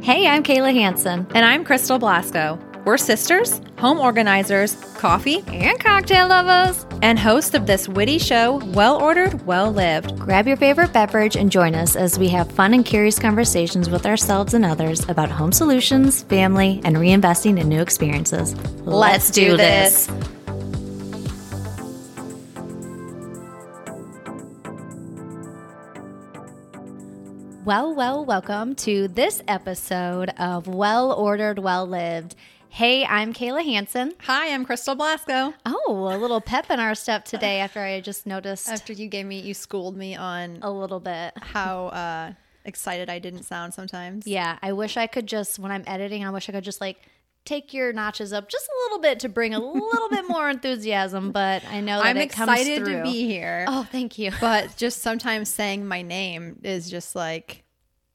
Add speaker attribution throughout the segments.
Speaker 1: Hey, I'm Kayla Hansen,
Speaker 2: And I'm Crystal Blasco. We're sisters, home organizers, coffee,
Speaker 1: and cocktail lovers.
Speaker 2: and host of this witty show, Well Ordered, Well Lived.
Speaker 1: Grab your favorite beverage and join us as we have fun and curious conversations with ourselves and others about home solutions, family, and reinvesting in new experiences.
Speaker 2: Let's do this.
Speaker 1: Well, well, welcome to this episode of Well Ordered, Well Lived. Hey, I'm Kayla Hansen.
Speaker 2: Hi, I'm Crystal Blasco.
Speaker 1: Oh, a little pep in our step today after I just noticed
Speaker 2: After you gave me, you schooled me on
Speaker 1: a little bit.
Speaker 2: how uh, excited I didn't sound sometimes.
Speaker 1: Yeah, I wish I could just when I'm editing, I wish I could just like take your notches up just a little bit to bring a little bit more enthusiasm. But I know that
Speaker 2: I'm
Speaker 1: it comes
Speaker 2: excited to
Speaker 1: through.
Speaker 2: be here,
Speaker 1: Oh, thank you.
Speaker 2: but just sometimes saying my name is just like,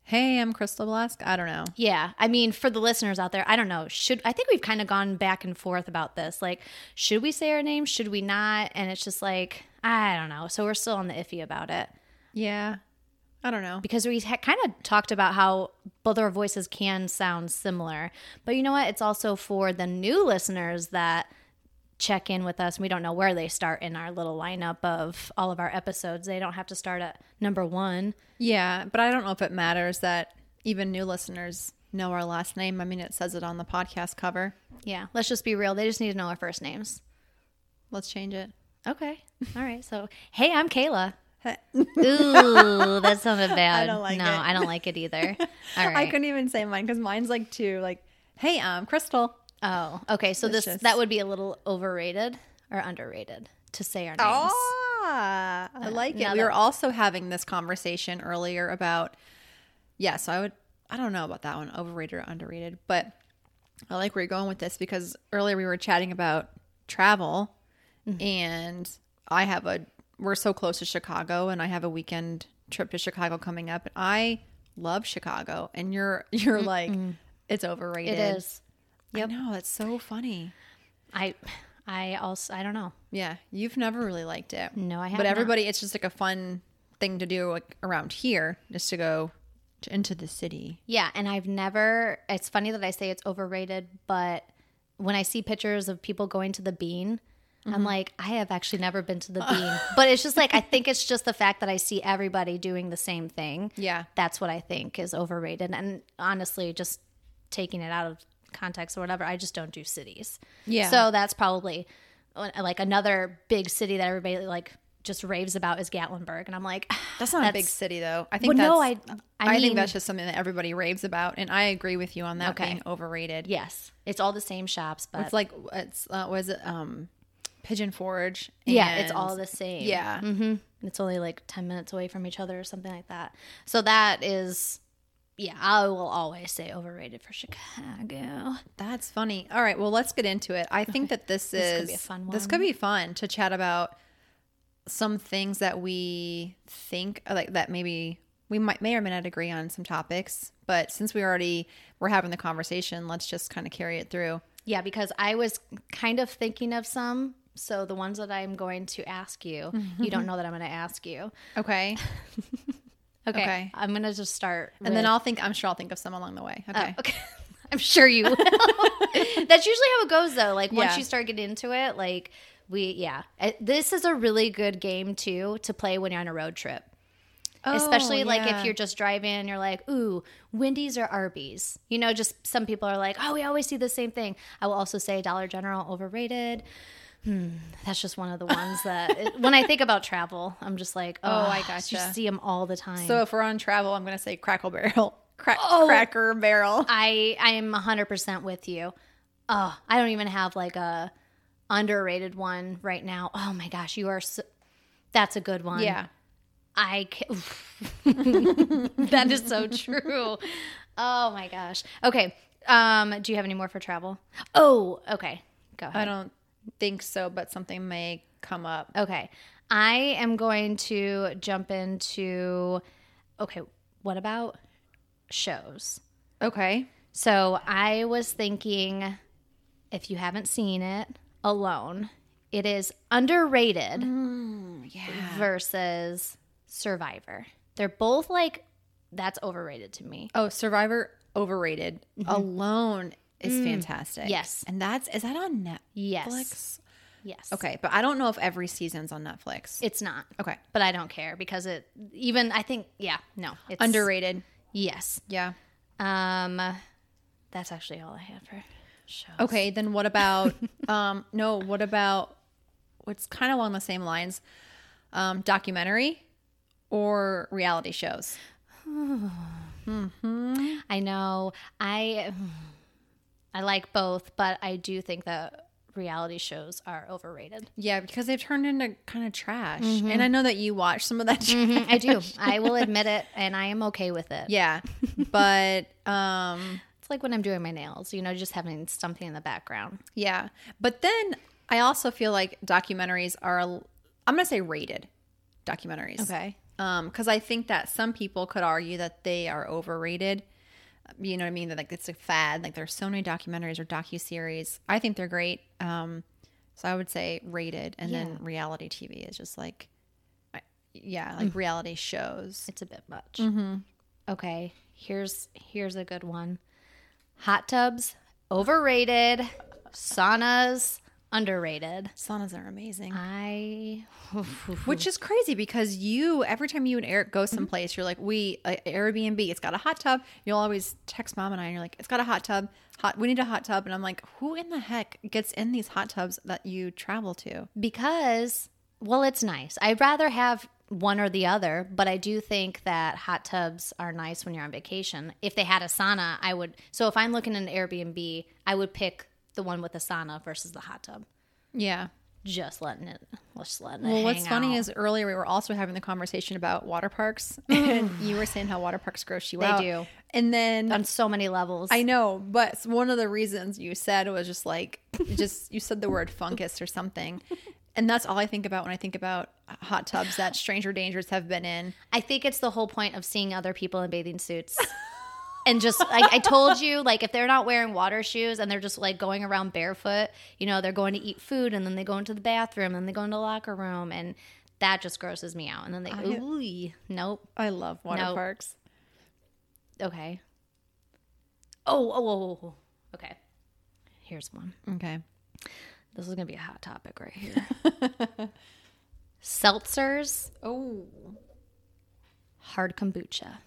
Speaker 2: hey, I'm Crystal Blasco. I don't know.
Speaker 1: Yeah, I mean, for the listeners out there, I don't know. Should I think we've kind of gone back and forth about this? Like, should we say our name? Should we not? And it's just like I don't know. So we're still on the iffy about it
Speaker 2: Yeah. I don't know.
Speaker 1: because we ha- kind of talked about how both our voices can sound similar. But you know what? It's also for the new listeners that check in with us. We don't know where they start in our little lineup of all of our episodes. They don't have to start at number one.
Speaker 2: Yeah, but I don't know if it matters that even new listeners know our last name. I mean, it says it on the podcast cover.
Speaker 1: Yeah, let's just be real. They just need to know our first names.
Speaker 2: Let's change it.
Speaker 1: Okay. All right. So, hey, I'm Kayla.
Speaker 2: Hey.
Speaker 1: Ooh, that sounded bad.
Speaker 2: don't like
Speaker 1: no,
Speaker 2: it.
Speaker 1: I don't like it either. All
Speaker 2: I
Speaker 1: right.
Speaker 2: couldn't even say mine because mine's like two. Like, hey, um, Crystal.
Speaker 1: oh, okay. So this
Speaker 2: It's just-
Speaker 1: that would be a little overrated or underrated to say our names.
Speaker 2: Ah, I like it.
Speaker 1: now
Speaker 2: We
Speaker 1: that-
Speaker 2: were also having this conversation earlier about. Yeah, so I would. I don't know about that one, overrated or underrated, but I like where you're going with this because earlier we were chatting about travel, and I have a. We're so close to Chicago, and I have a weekend trip to Chicago coming up. And I love Chicago, and you're you're like it's overrated.
Speaker 1: It is.
Speaker 2: Yep. I know that's so funny.
Speaker 1: I I also I don't know.
Speaker 2: Yeah, you've never really liked it.
Speaker 1: No, I have
Speaker 2: But
Speaker 1: not.
Speaker 2: everybody, it's just like a fun thing to do like around here, just to go to, into the city.
Speaker 1: Yeah, and I've never it's funny that I say it's overrated, but when I see pictures of people going to the bean, I'm like, I have actually never been to the bean. but it's just like I think it's just the fact that I see everybody doing the same thing.
Speaker 2: Yeah,
Speaker 1: that's what I think is overrated. And honestly, just taking it out of context or whatever, I just don't do cities.
Speaker 2: yeah. So
Speaker 1: So that's probably uh, like another big city that everybody like just raves about is Gatlinburg, and I'm like,
Speaker 2: that's not a big
Speaker 1: that's-
Speaker 2: city, though. I think
Speaker 1: well,
Speaker 2: that's.
Speaker 1: no,
Speaker 2: I,
Speaker 1: I, I, mean,
Speaker 2: think that's just something that everybody raves about, and I agree with you on that
Speaker 1: Okay.
Speaker 2: being overrated.
Speaker 1: yes, it's all the same shops, but
Speaker 2: It's like it's uh, was it um, Pigeon Forge?
Speaker 1: yeah, it's
Speaker 2: and-
Speaker 1: all the same.
Speaker 2: Yeah,
Speaker 1: hmm It's only like 10 minutes away from each other or something like that. So that is, yeah, I will always say overrated for Chicago.
Speaker 2: that's funny. All right, well, let's get into it. I think that this is
Speaker 1: This could be a fun
Speaker 2: This could be fun to chat about some things that we think like that maybe we might may or may not agree on some topics, but since we already we're having the conversation, let's just kind of carry it through.
Speaker 1: Yeah, because I was kind of thinking of some. So the ones that I'm going to ask you, you
Speaker 2: Mm-hmm.
Speaker 1: don't know that I'm going to ask you.
Speaker 2: Okay.
Speaker 1: Okay. Uh,
Speaker 2: Okay.
Speaker 1: I'm going to just start.
Speaker 2: And then I'll think I'm sure I'll think of some along the way. Okay.
Speaker 1: Oh, Okay. I'm sure you will. That's usually how it goes, though. Like, once
Speaker 2: Yeah.
Speaker 1: you start getting into it, like, we, yeah. Uh, This is a really good game, too, to play when you're on a road trip. Especially
Speaker 2: Oh,
Speaker 1: like if you're just driving and you're like, ooh, Wendy's or Arby's. You know, just some people are like, oh, we always see the same thing. I will also say Dollar General overrated. Hmm, that's just one of the ones that when I think about travel, I'm just like, oh,
Speaker 2: I
Speaker 1: You
Speaker 2: gotcha.
Speaker 1: see them all the time.
Speaker 2: So if we're on travel, I'm gonna say crackle barrel. Crack,
Speaker 1: Oh!
Speaker 2: cracker barrel.
Speaker 1: I I am 100% with you. Oh, I don't even have like a underrated one right now. Oh my gosh, you are so, that's a good one.
Speaker 2: Yeah.
Speaker 1: I ca- That is so true. Oh my gosh. Okay. Um do you have any more for travel? Oh, okay. Go
Speaker 2: I
Speaker 1: ahead.
Speaker 2: don't think so, but something may come up.
Speaker 1: Okay. I am going to jump into Okay, what about shows?
Speaker 2: Okay.
Speaker 1: So I was thinking, if you haven't seen it, Alone, it is underrated
Speaker 2: Mm, Yeah.
Speaker 1: versus Survivor. They're both like, that's overrated to me.
Speaker 2: Oh, Survivor overrated alone is fantastic.
Speaker 1: Yes.
Speaker 2: And that's is that on Netflix?
Speaker 1: Yes. Yes.
Speaker 2: Okay, but I don't know if every season's on Netflix.
Speaker 1: It's not.
Speaker 2: okay.
Speaker 1: But I don't care because it even I think yeah, no. It's
Speaker 2: Underrated.
Speaker 1: Yes.
Speaker 2: Yeah.
Speaker 1: Um that's actually all I have for show.
Speaker 2: Okay, then what about um no, what about what's kind of along the same lines? Um documentary or reality shows?
Speaker 1: I know. I I like both, but I do think that reality shows are overrated.
Speaker 2: Yeah, because they've turned into kind of trash. And I know that you watch some of that trash.
Speaker 1: Mm-hmm, I do. I will admit it and I am okay with it.
Speaker 2: Yeah. But um
Speaker 1: It's like when I'm doing my nails, you know, just having something in the background.
Speaker 2: yeah. But then I also feel like documentaries are l- I'm going to say rated documentaries. Um cuz I think that some people could argue that they are overrated. You know what I mean? That like it's a fad. Like there's so many documentaries or docuseries. I think they're great. Um so I would say rated and then reality TV is just like I- yeah, like reality shows.
Speaker 1: It's a bit much. Okay, here's here's a good one. Hot tubs overrated, saunas underrated.
Speaker 2: Saunas are amazing.
Speaker 1: I
Speaker 2: Which is crazy because you, every time you and Eric go
Speaker 1: Mm-hmm.
Speaker 2: someplace, you're like, we, uh, Airbnb, it's got a hot tub. You'll always text mom and I, and you're like, it's got a hot tub. Hot, we need a hot tub. And I'm like, who in the heck gets in these hot tubs that you travel to?
Speaker 1: because well, it's nice. I'd rather have one or the other, but I do think that hot tubs are nice when you're on vacation. If they had a sauna, I would. So if I'm looking at an Airbnb, I would pick the one with the sauna versus the hot tub.
Speaker 2: Yeah.
Speaker 1: Just letting it, just letting it.
Speaker 2: Well, what's
Speaker 1: hang
Speaker 2: funny
Speaker 1: out.
Speaker 2: is earlier we were also having the conversation about water parks, and you were saying how water parks gross you out.
Speaker 1: Mm. do.
Speaker 2: And then
Speaker 1: on so many levels.
Speaker 2: I know, but s- one of the reasons you said was just like, just you said the word fungus or something. And that's all I think about when I think about hot tubs that stranger dangers have been in.
Speaker 1: I think it's the whole point of seeing other people in bathing suits. And just like I told you, like if they're not wearing water shoes and they're just like going around barefoot, you know, they're going to eat food and then they go into the bathroom and they go into the locker room and that just grosses me out. And then they, ooh, nope,
Speaker 2: I love water
Speaker 1: No.
Speaker 2: parks.
Speaker 1: okay. Oh, oh, oh, oh, oh, okay. Here's one.
Speaker 2: Okay.
Speaker 1: This is gonna be a hot topic right here. Seltzers,
Speaker 2: Oh.
Speaker 1: hard kombucha.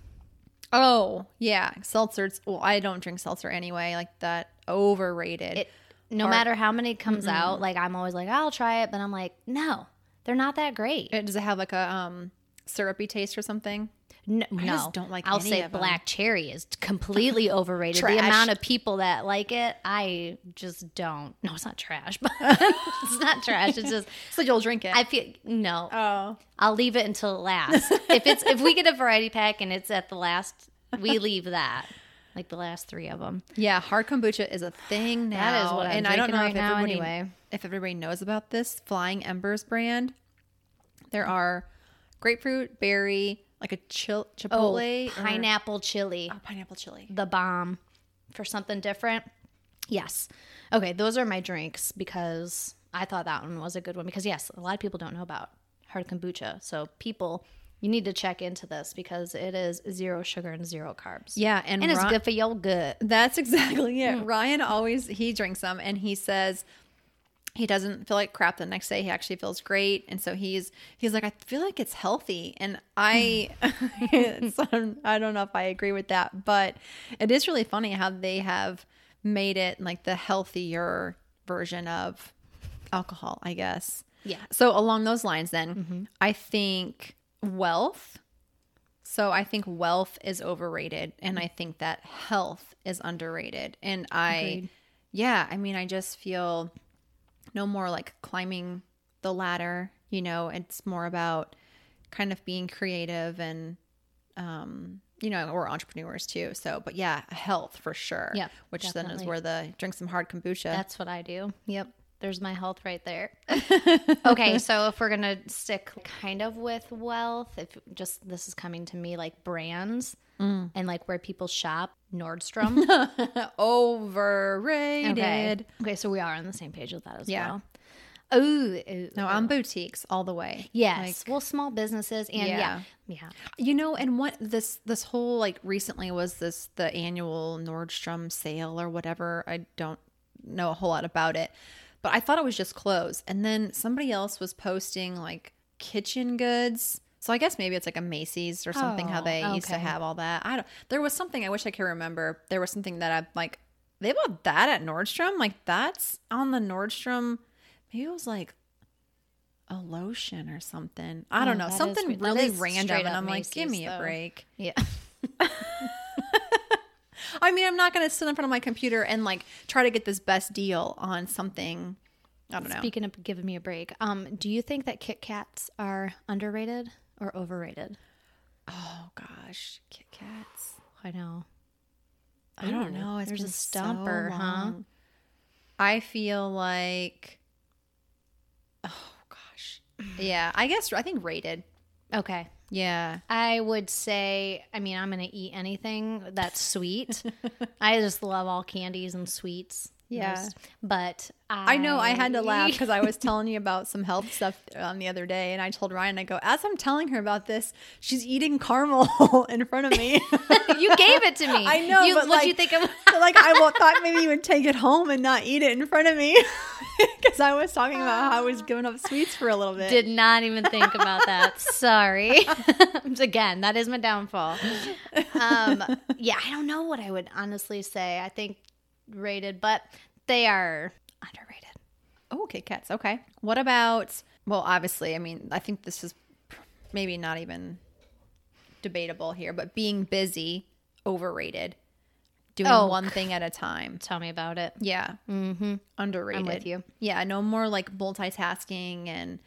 Speaker 2: Oh, yeah. Seltzers. Well, I don't drink seltzer anyway. Like that overrated.
Speaker 1: it no matter how many comes out like i'm always like i'll try it but i'm like no they're not that great
Speaker 2: It- does it have like a um syrupy taste or something?
Speaker 1: N- no
Speaker 2: just don't like
Speaker 1: i'll
Speaker 2: any
Speaker 1: say
Speaker 2: of 'em.
Speaker 1: black cherry is completely overrated the
Speaker 2: Trash.
Speaker 1: amount of people that like it i just don't no it's not trash but it's not trash it's just
Speaker 2: So you'll drink it.
Speaker 1: i feel no
Speaker 2: oh.
Speaker 1: i'll leave it until it lasts if it's if we get a variety pack and it's at the last we leave that like the last three of them
Speaker 2: Yeah, hard kombucha is a thing now.
Speaker 1: That is what I'm
Speaker 2: and I don't
Speaker 1: drinking right
Speaker 2: know if
Speaker 1: now
Speaker 2: everybody,
Speaker 1: anyway.
Speaker 2: if everybody knows about this Flying Embers brand. There are grapefruit, berry, like a chil-
Speaker 1: oh
Speaker 2: chipotle, or-
Speaker 1: pineapple chili
Speaker 2: oh, pineapple chili.
Speaker 1: the bomb for something different. Yes. Okay, those are my drinks because I thought that one was a good one because yes, a lot of people don't know about hard kombucha. So people, you need to check into this because it is zero sugar and zero carbs.
Speaker 2: Yeah, and,
Speaker 1: And it's
Speaker 2: Ron-
Speaker 1: good for your gut.
Speaker 2: That's exactly it. Ryan always he drinks them and he says he doesn't feel like crap the next day. He actually feels great, and so he's he's like I feel like it's healthy, and I it's, I don't know if I agree with that, but it is really funny how they have made it like the healthier version of alcohol, I guess.
Speaker 1: Yeah.
Speaker 2: So along those lines, then
Speaker 1: Mm-hmm.
Speaker 2: I think wealth. So I think wealth is overrated, and I think that health is underrated. And I, yeah, I mean, I just feel no more like climbing the ladder. You know, it's more about kind of being creative and, um, you know, we're entrepreneurs too. So, but yeah, health for sure.
Speaker 1: Yeah,
Speaker 2: which then
Speaker 1: definitely.
Speaker 2: is where the drink some hard kombucha.
Speaker 1: That's what I do. Yep. There's my health right there. okay, so if we're going to stick kind of with wealth, if just this is coming to me like brands and like where people shop, Nordstrom.
Speaker 2: overrated.
Speaker 1: Okay. Okay, so we are on the same page with that as
Speaker 2: Yeah.
Speaker 1: well. Ooh, ooh,
Speaker 2: No, I'm boutiques all the way.
Speaker 1: yes. well, small businesses and yeah,
Speaker 2: Yeah.
Speaker 1: yeah.
Speaker 2: You know, and what this this whole like recently was this the annual Nordstrom sale or whatever. I don't know a whole lot about it, but I thought it was just clothes. And then somebody else was posting like kitchen goods. So I guess maybe it's like a Macy's or something how
Speaker 1: Oh,
Speaker 2: they used to
Speaker 1: okay.
Speaker 2: have all that. I don't there was something I wish I could remember. There was something that I like they bought that at Nordstrom? Like that's on the Nordstrom maybe it was like a lotion or something. I don't
Speaker 1: Oh,
Speaker 2: know.
Speaker 1: that is
Speaker 2: Something
Speaker 1: weird. That
Speaker 2: really
Speaker 1: is
Speaker 2: random.
Speaker 1: straight
Speaker 2: And
Speaker 1: up
Speaker 2: I'm like, give
Speaker 1: Macy's,
Speaker 2: me a
Speaker 1: though.
Speaker 2: break.
Speaker 1: Yeah.
Speaker 2: I mean, I'm not going to sit in front of my computer and like try to get this best deal on something. I don't know.
Speaker 1: Speaking of giving me a break, um, do you think that Kit Kats are underrated or overrated?
Speaker 2: oh gosh, Kit Kats.
Speaker 1: I know.
Speaker 2: I don't
Speaker 1: Ooh,
Speaker 2: know. It's
Speaker 1: there's a
Speaker 2: been
Speaker 1: stumper,
Speaker 2: so
Speaker 1: huh?
Speaker 2: long. I feel like, oh gosh, yeah. I guess I think rated.
Speaker 1: Okay.
Speaker 2: Yeah,
Speaker 1: I would say, I mean, I'm going to eat anything that's sweet. I just love all candies and sweets.
Speaker 2: Yeah.
Speaker 1: Most. But I,
Speaker 2: I know I had to laugh because I was telling you about some health stuff on the other day, and I told Ryan, I go, as I'm telling her about this, she's eating caramel in front of me.
Speaker 1: you gave it to me.
Speaker 2: I know,
Speaker 1: You,
Speaker 2: but,
Speaker 1: what do you
Speaker 2: like-
Speaker 1: think of?
Speaker 2: But, like I wa- thought maybe you would take it home and not eat it in front of me because I was talking about how I was giving up sweets for a little bit.
Speaker 1: Ah. Did not even think about that. Sorry. Again, that is my downfall. Um, yeah, I don't know what I would honestly say. I think rated, but they are underrated.
Speaker 2: oh, okay, cats. Okay. What about? Well, obviously, I mean, I think this is pr- maybe not even debatable here, but being busy overrated, doing
Speaker 1: Oh,
Speaker 2: one thing at a time.
Speaker 1: Tell me about it.
Speaker 2: Yeah, mm-hmm. underrated.
Speaker 1: I'm with you.
Speaker 2: Yeah, no more like multitasking and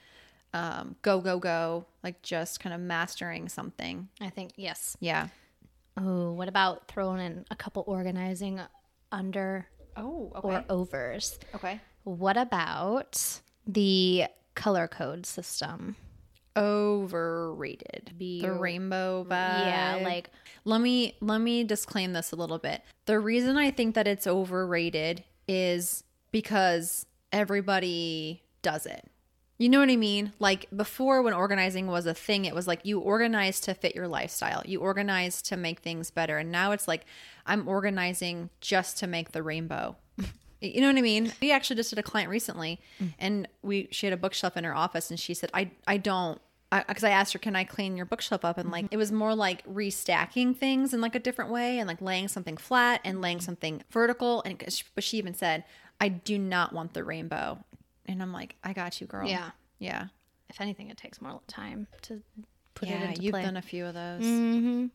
Speaker 2: um, go go go. Like just kind of mastering something.
Speaker 1: I think yes.
Speaker 2: Yeah.
Speaker 1: Oh, what about throwing in a couple organizing under
Speaker 2: Oh.
Speaker 1: or overs?
Speaker 2: okay.
Speaker 1: What about the color code system?
Speaker 2: overrated.
Speaker 1: Be-
Speaker 2: the rainbow vibe.
Speaker 1: Yeah, Uh, like
Speaker 2: let me let me disclaim this a little bit. The reason I think that it's overrated is because everybody does it. You know what I mean? Like before when organizing was a thing, it was like you organize to fit your lifestyle. You organize to make things better. And now it's like I'm organizing just to make the rainbow. You know what I mean? We actually just did a client recently, and we she had a bookshelf in her office, and she said, "I I don't." Because I, asked her, "Can I clean your bookshelf up?" And like, it was more like restacking things in like a different way, and like laying something flat and laying something vertical. And 'cause she- but she even said, "I do not want the rainbow." And I'm like, "I got you, girl."
Speaker 1: Yeah.
Speaker 2: yeah,
Speaker 1: if anything, it takes more time to put it
Speaker 2: yeah.
Speaker 1: into
Speaker 2: You've
Speaker 1: play.
Speaker 2: done a few of those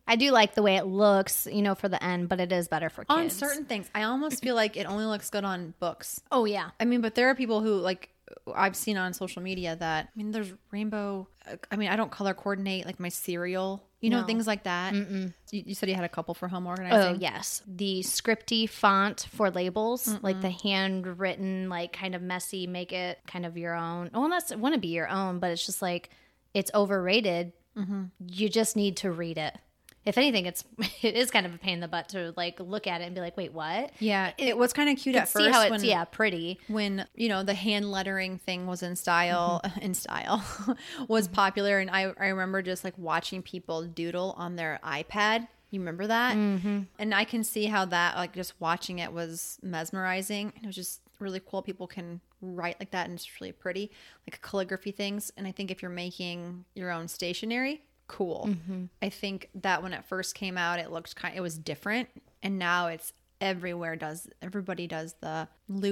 Speaker 1: I do like the way it looks, you know, for the end, but it is better for kids.
Speaker 2: on certain things. I almost feel like it only looks good on books.
Speaker 1: oh yeah,
Speaker 2: I mean, but there are people who like I've seen on social media that I mean, there's rainbow. I mean, I don't color coordinate like my cereal, you know,
Speaker 1: No.
Speaker 2: things like that. You, you said you had a couple for home
Speaker 1: oh
Speaker 2: organizing.
Speaker 1: yes, the scripty font for labels, like the handwritten, like kind of messy, make it kind of your own. Well, that's want to be your own, but it's just like it's overrated.
Speaker 2: Mm-hmm.
Speaker 1: You just need to read it. If anything, it's it is kind of a pain in the butt to like look at it and be like, wait, what?
Speaker 2: yeah. It, was kind of cute at first
Speaker 1: See how it's
Speaker 2: when
Speaker 1: yeah pretty.
Speaker 2: when you know the hand lettering thing was in style in style was popular and I, I remember just like watching people doodle on their ipad you remember that and i can see how that like just watching it was mesmerizing and it was just really cool people can write like that and it's really pretty like calligraphy things and i think if you're making your own stationery cool
Speaker 1: Mm-hmm.
Speaker 2: i think that when it first came out it looked kind it was different and now it's everywhere does everybody does the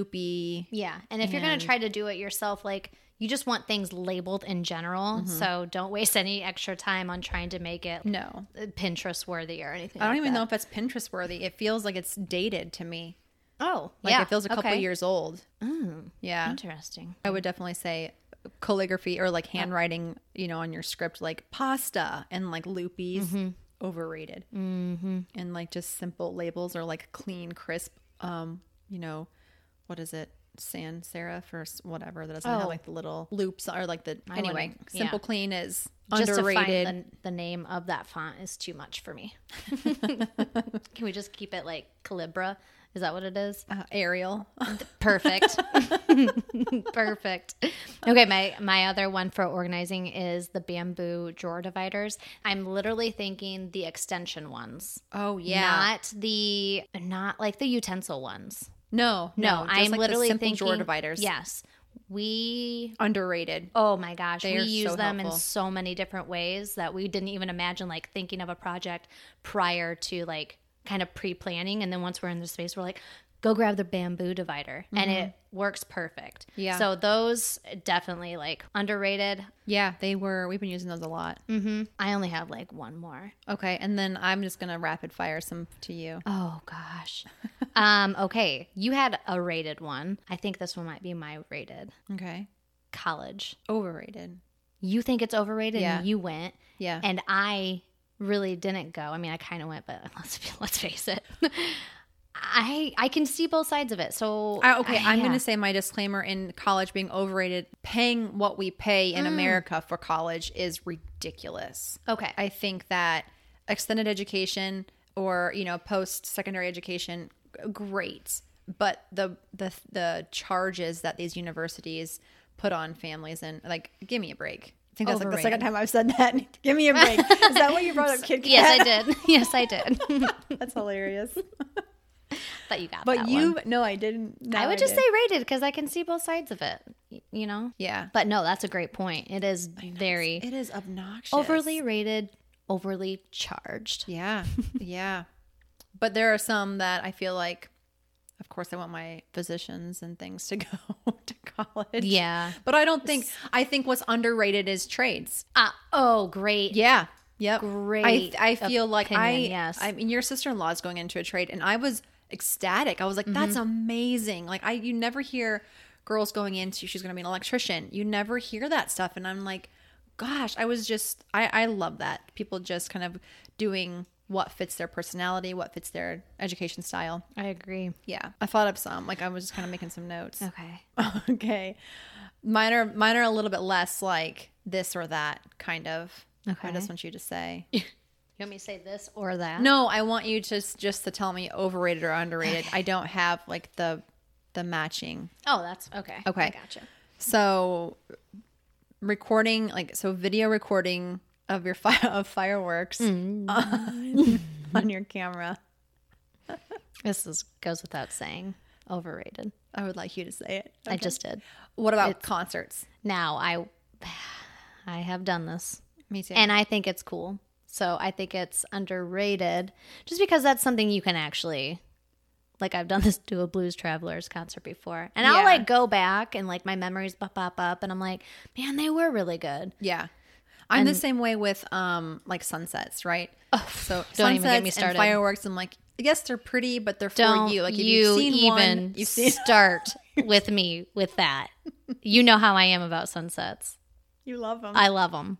Speaker 2: loopy
Speaker 1: Yeah. And if you're going
Speaker 2: And-
Speaker 1: to try to do it yourself, like you just want things labeled in general. So don't waste any extra time on trying to make it
Speaker 2: no
Speaker 1: Pinterest worthy or anything.
Speaker 2: i don't even know if that's pinterest worthy it feels like it's dated to me
Speaker 1: Oh,
Speaker 2: like
Speaker 1: yeah.
Speaker 2: it feels a couple
Speaker 1: Okay. Mm.
Speaker 2: years old yeah
Speaker 1: Interesting.
Speaker 2: i would definitely say calligraphy or like handwriting you know on your script like pasta and like loopies overrated mm-hmm. and like just simple labels or like clean crisp um you know what is it sans serif or s- whatever that doesn't have
Speaker 1: Oh.
Speaker 2: like the little loops or like the anyway.
Speaker 1: wouldn't- yeah.
Speaker 2: Simple Clean is
Speaker 1: Just to
Speaker 2: underrated.
Speaker 1: find the, the name of that font is too much for me. Can we just keep it like Calibra? Is that what it is?
Speaker 2: uh, Arial.
Speaker 1: Perfect. Perfect. Okay, my my other one for organizing is the bamboo drawer dividers. I'm literally thinking the extension ones.
Speaker 2: Oh
Speaker 1: Not the not like the utensil ones.
Speaker 2: No,
Speaker 1: No,
Speaker 2: just
Speaker 1: I'm
Speaker 2: like the
Speaker 1: literally
Speaker 2: simple
Speaker 1: thinking
Speaker 2: drawer dividers.
Speaker 1: Yes. We
Speaker 2: underrated.
Speaker 1: Oh my gosh,
Speaker 2: They
Speaker 1: we
Speaker 2: are
Speaker 1: use
Speaker 2: so
Speaker 1: them in
Speaker 2: helpful.
Speaker 1: so many different ways that we didn't even imagine like thinking of a project prior to like kind of pre-planning and then once we're in the space we're like go grab the bamboo divider and it works perfect.
Speaker 2: Mm-hmm. Yeah.
Speaker 1: So those definitely like underrated. Mm-hmm.
Speaker 2: Yeah, they were. We've been using those a lot.
Speaker 1: I only have like one more.
Speaker 2: Okay, and then I'm just gonna rapid fire some to you.
Speaker 1: Oh gosh. um okay, you had a rated one. I think this one might be my rated.
Speaker 2: Okay,
Speaker 1: College.
Speaker 2: overrated.
Speaker 1: You think it's overrated
Speaker 2: Yeah.
Speaker 1: and you went
Speaker 2: Yeah,
Speaker 1: and I really didn't go. I mean, I kind of went, but let's let's face it. I I can see both sides of it. So
Speaker 2: I, Uh, okay, I'm
Speaker 1: yeah.
Speaker 2: going to say my disclaimer in college being overrated. Paying what we pay
Speaker 1: Mm.
Speaker 2: in America for college is ridiculous.
Speaker 1: Okay.
Speaker 2: I think that extended education or, you know, post-secondary education g- great, but the the the charges that these universities put on families and like give me a break. I think that's like the
Speaker 1: Overrated.
Speaker 2: second time I've said that. give me a break. Is that what you brought up, Kid Kat?
Speaker 1: yes, I did. Yes, I did.
Speaker 2: That's hilarious.
Speaker 1: but you got
Speaker 2: But
Speaker 1: that
Speaker 2: you
Speaker 1: one.
Speaker 2: no, I didn't. No,
Speaker 1: I would just
Speaker 2: didn't.
Speaker 1: say rated because I can see both sides of it. y- You know.
Speaker 2: yeah.
Speaker 1: But no, that's a great point. It is very
Speaker 2: It is obnoxious.
Speaker 1: overly rated, overly charged.
Speaker 2: Yeah. Yeah. but there are some that I feel like, of course, I want my physicians and things to go to college.
Speaker 1: Yeah.
Speaker 2: But I don't think, I think what's underrated is trades.
Speaker 1: Uh, oh, great.
Speaker 2: Yeah. Yep.
Speaker 1: Great
Speaker 2: I, I feel like I,
Speaker 1: opinion, yes.
Speaker 2: I mean, your sister in law is going into a trade and I was ecstatic. I was like, that's
Speaker 1: Mm-hmm.
Speaker 2: amazing. Like I, you never hear girls going into, she's going to be an electrician. You never hear that stuff. And I'm like, gosh, I was just, I, I love that people just kind of doing what fits their personality, what fits their education style.
Speaker 1: I agree.
Speaker 2: Yeah. I thought up some, like I was just kind of making some notes.
Speaker 1: Okay.
Speaker 2: Okay. Mine are mine are a little bit less like this or that kind of. I
Speaker 1: Okay.
Speaker 2: just want you to say.
Speaker 1: You want me to say this or that?
Speaker 2: no, I want you to s- just to tell me overrated or underrated. I don't have like the the matching.
Speaker 1: Oh, that's okay.
Speaker 2: Okay.
Speaker 1: I gotcha.
Speaker 2: So recording like so video recording of your fi- of fireworks
Speaker 1: Mm.
Speaker 2: on- on your camera.
Speaker 1: This is goes without saying. Overrated.
Speaker 2: I would like you to say it.
Speaker 1: I just did.
Speaker 2: What about concerts?
Speaker 1: Now I I have done this.
Speaker 2: Me too.
Speaker 1: And I think it's cool. So I think it's underrated just because that's something you can actually like I've done this to a Blues Travelers concert before. And
Speaker 2: Yeah.
Speaker 1: I'll like go back and like my memories pop pop up and I'm like, man, they were really good.
Speaker 2: Yeah. I'm the same way with um like sunsets, right? Oh, so
Speaker 1: don't even get me
Speaker 2: sunsets And
Speaker 1: started.
Speaker 2: fireworks. I'm like, yes, they're pretty, but they're
Speaker 1: Don't
Speaker 2: for you. Like if
Speaker 1: you
Speaker 2: you've seen
Speaker 1: even
Speaker 2: one, you've seen
Speaker 1: start with me with that. You know how I am about sunsets.
Speaker 2: you love them.
Speaker 1: I love them.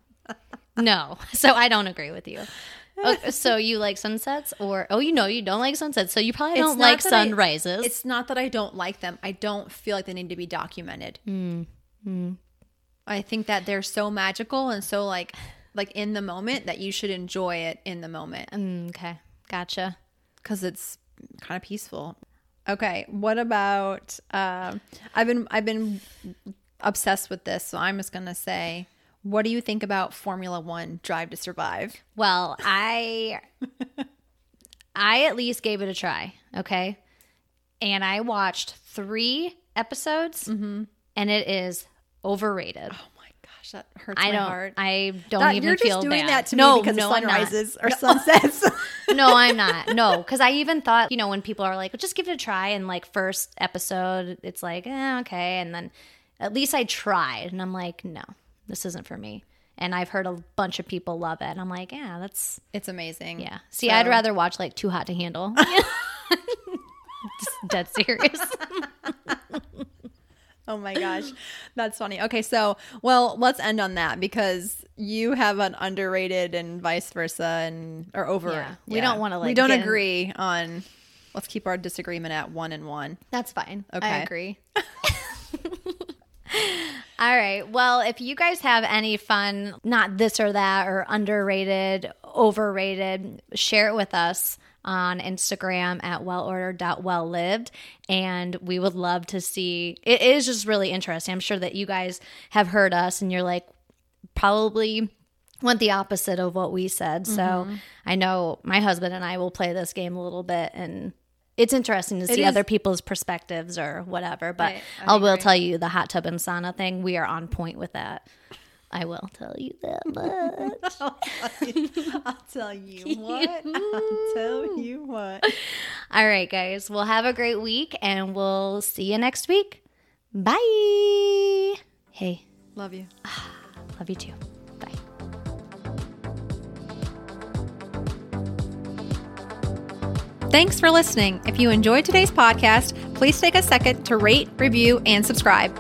Speaker 1: No, so I don't agree with you. Oh, so you like sunsets, or oh, you know you don't like sunsets, so you probably don't like sunrises.
Speaker 2: it's not that I don't like them. I don't feel like they need to be documented. I think that they're so magical and so like like in the moment that you should enjoy it in the moment
Speaker 1: Mm, okay, gotcha.
Speaker 2: because it's kind of peaceful. Okay, what about? Um, I've been I've been obsessed with this, so I'm just gonna say, what do you think about Formula One Drive to Survive?
Speaker 1: Well, I, I at least gave it a try. Okay, and I watched three episodes,
Speaker 2: Mm-hmm.
Speaker 1: and it is overrated.
Speaker 2: Oh my gosh, that hurts
Speaker 1: I
Speaker 2: my
Speaker 1: don't.
Speaker 2: heart.
Speaker 1: I don't
Speaker 2: That-
Speaker 1: even
Speaker 2: you're just
Speaker 1: feel
Speaker 2: doing
Speaker 1: bad.
Speaker 2: that to
Speaker 1: no,
Speaker 2: me because
Speaker 1: no,
Speaker 2: of
Speaker 1: I'm not.
Speaker 2: sunrises or sunsets.
Speaker 1: no, I'm not. No, because I even thought, you know, when people are like, just give it a try, and like first episode, it's like, eh, okay, and then at least I tried, and I'm like, no, this isn't for me. And I've heard a bunch of people love it, and I'm like, yeah, that's
Speaker 2: it's amazing.
Speaker 1: yeah. See, I'd
Speaker 2: So-
Speaker 1: rather watch like Too Hot to Handle. Just dead serious.
Speaker 2: Oh my gosh, that's funny. Okay, so well, let's end on that because you have an underrated and vice versa and or over.
Speaker 1: Yeah, we don't wanna,
Speaker 2: we
Speaker 1: like,
Speaker 2: don't
Speaker 1: get in-
Speaker 2: agree on. Let's keep our disagreement at one and one.
Speaker 1: That's fine.
Speaker 2: Okay.
Speaker 1: I agree. All right. Well, if you guys have any fun, not this or that, or underrated, overrated, share it with us on Instagram at wellordered.welllived. And we would love to see. It is just really interesting. I'm sure that you guys have heard us and you're like, probably went the opposite of what we said. So
Speaker 2: Mm-hmm.
Speaker 1: I know my husband and I will play this game a little bit and it's interesting to see
Speaker 2: is-
Speaker 1: other people's perspectives or whatever. But
Speaker 2: Right, I
Speaker 1: I, will tell you the hot tub and sauna thing, we are on point with that. I will tell you that much.
Speaker 2: I'll tell you what. I'll tell you what.
Speaker 1: All right, guys. Well, have a great week and we'll see you next week. Bye. Hey,
Speaker 2: Love you.
Speaker 1: love you too. Bye.
Speaker 2: Thanks for listening. If you enjoyed today's podcast, please take a second to rate, review, and subscribe.